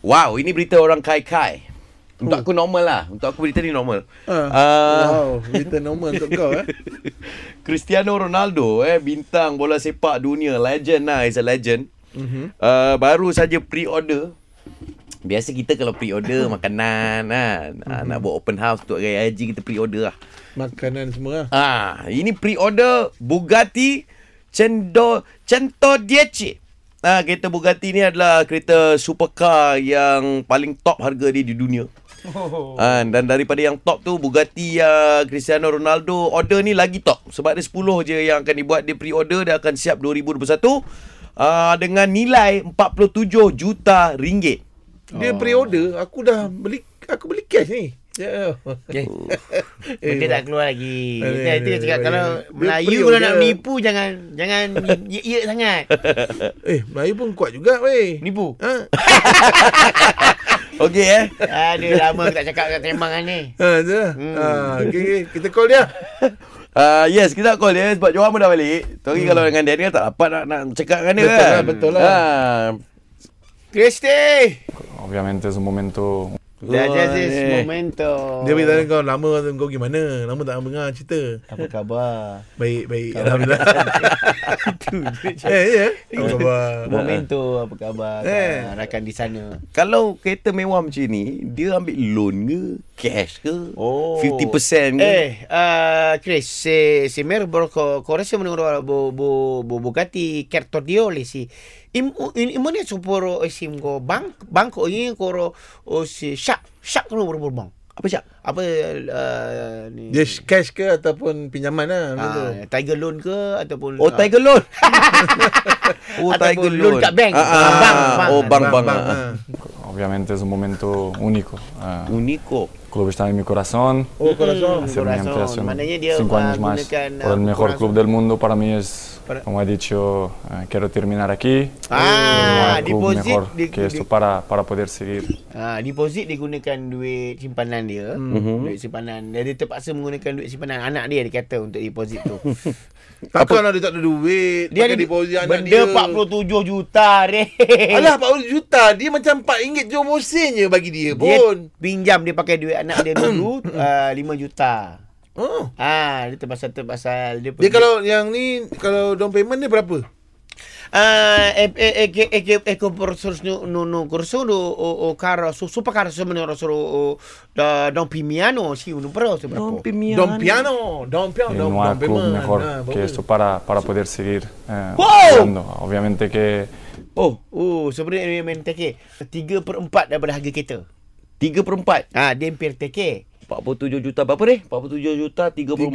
Wow, ini berita orang kai-kai. Untuk aku normal lah. Untuk aku berita ni normal. Ah. Ah. Wow, kita normal untuk kau eh. Cristiano Ronaldo eh bintang bola sepak dunia legend lah is a legend. Mm-hmm. Uh, baru saja pre-order. Biasa kita kalau pre-order makanan kan. Mm-hmm. nak buat open house untuk Raya Haji kita pre-order lah. Makanan semua lah. Ah, ini pre-order Bugatti Cendo Cento Dieci. Ah, kereta Bugatti ni adalah kereta supercar yang paling top harga dia di dunia. Oh. Ah, dan daripada yang top tu Bugatti uh, Cristiano Ronaldo order ni lagi top sebab ada 10 je yang akan dibuat dia pre-order dia akan siap 2021 uh, dengan nilai 47 juta ringgit. Ah. Dia pre-order, aku dah beli aku beli cash ni. Ya. Okay. Eh, Dia tak keluar lagi. Eh, Dia dia cakap eh, kalau eh. Melayu Dia kalau nak dia- menipu jangan jangan ye sangat. Eh, Melayu pun kuat juga weh. Menipu. Ha. Okey eh. Aduh lama aku tak cakap kat tembangan ni. Ha, tu lah. Hmm. Ha, okey, okey. kita call dia. Uh, yes, kita nak call dia sebab Johan pun dah balik. Tu hari kalau dengan Daniel tak dapat nak, nak cakap dengan dia Betul kan. lah, betul lah. Ah. Kristi. Obviamente es un momento That is eh. momento. Dia beritahu kau lama kau pergi mana? Lama tak dengar cerita. Apa khabar? Baik, baik. Alhamdulillah. eh, ya. Apa khabar? Momento apa khabar? Eh. Eh. Rakan di sana. Kalau kereta mewah macam ni, dia ambil loan ke, cash ke, Oh. 50% ke? Eh, uh, Chris, se, se mer borco correse un euro bo bo bo Bugatti Cartorioli si. Im eh, in imone suporo sim go bank banko ini koro o oh, si syak syak no bor bor bang. Apa cak? Apa uh, ni? Dia cash ke ataupun pinjaman lah macam tu. Ah, tiger loan ke ataupun Oh, uh, Tiger Loan. oh, Ataupun Tiger loan Loan. kat bank. Ah, ah, Bank, bank. Oh, bang, bang. Bang, ah. ha. obviamente es un momento único Ah, Unico. el club está en mi corazón Oh, kau rasa? Hmm, hace una corazón. ampliación Mandaña dio, cinco ah, años más Gunakan, ah, por el mejor corazón. club del mundo para mí es Para- como he dicho ah, quiero terminar aquí Ah, Es un club deposit mejor di- que esto di- para para poder seguir Ha, deposit dia gunakan duit simpanan dia. Hmm. Mm-hmm. Duit simpanan. Dia, dia terpaksa menggunakan duit simpanan anak dia dia kata untuk deposit tu. Takkan lah dia tak ada duit. dia ada pakai deposit anak benda 47 juta re. Alah 40 juta Dia macam RM4 je mosin je bagi dia dia pun pinjam dia pakai duit anak dia dulu uh, 5 juta. oh. Ah, dia terpaksa terpaksa dia, Dia kalau yang ni Kalau down payment dia berapa? ah e e e che e che e che per solo no no corso o o o caro oh, su su pagare se me ne solo oh, da oh, da un pimiano sì un pro se Don proprio Pimian. Down piano Down piano en Down, un down club payment mejor Ah, berapa? que esto para para poder seguir eh, Wow! jugando. obviamente que Oh, Oh, sebenarnya dia main TK. 3 per 4 daripada harga kereta. 3 per 4. Ah, dia hampir TK. 47 juta berapa ni? 47 juta 3 per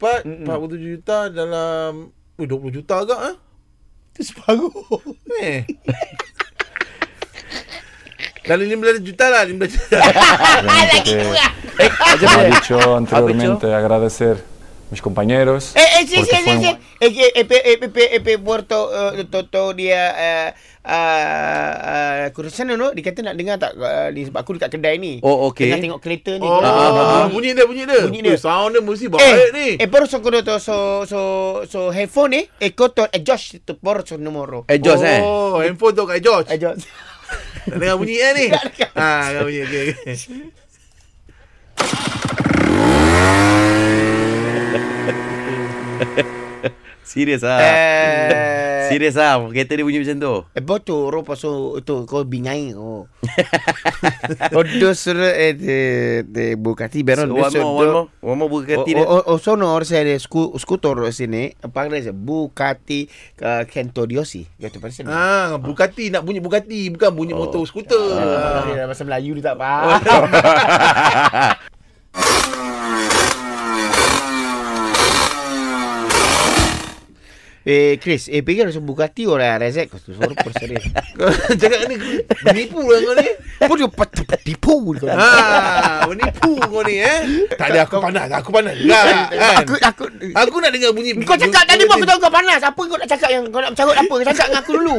3 per 4. 4 47 juta dalam Ui, 20 juta agak ha? Itu separuh. Eh Dalam 15 juta lah 15 juta obviamente que- Eh, Como ha dicho anteriormente, agradecer a mis compañeros. Eh, eh, Oh, sí, porque sí, fue sí, un- sí. Eh, que, eh, pe, eh, pe, pe, eh, pe, Puerto, eh, Toto dia, eh, ah, ah, Kursana, no? Dia kata nak dengar tak ah, ni sebab aku dekat kedai ni. Oh, okey. Tengah tengok kereta ni. Oh, Ah, ah, ah. bunyi dia, bunyi dia. Bunyi Eh, dia. sound dia mesti baik ni. Eh, eh, por so kono to so so so headphone eh, eh koto adjust to por so Eh, numero. Eh, Josh eh. Oh, handphone tu kat George. Adjust. Tak dengar bunyi eh ni. ha, dengar bunyi. Okay, okay. Serius ah. Eh, Serius ah, kereta dia bunyi macam tu. Eh, bos tu orang pasal tu kau bingai kau. oh, dos eh de de So, Bugatti Beron. one more, one more. One more Oh, Bugatti dia. O, o, o sono or se de scu, scooter sini panggil dia Bugatti uh, Cantoriosi. Ya tu pasal. Ah. Ah, Bugatti nak bunyi Bugatti bukan bunyi oh. motor skuter. Ah. Dia bahasa Melayu dia tak Oh. faham. Eh Chris, eh pergi langsung Bugatti orang Rezek kau tu suruh pasal dia. Cakap ni menipu lah kau ni. Pun dia pat- tipu kau. Ha, Ah. menipu kau ni eh. Tak ada aku panas, aku panas. Ah. Lah, kan? Aku aku Aku nak dengar bunyi Kau cakap tadi pun aku tahu kau panas. Apa kau nak cakap yang kau nak mencarut apa? Kau cakap dengan aku dulu.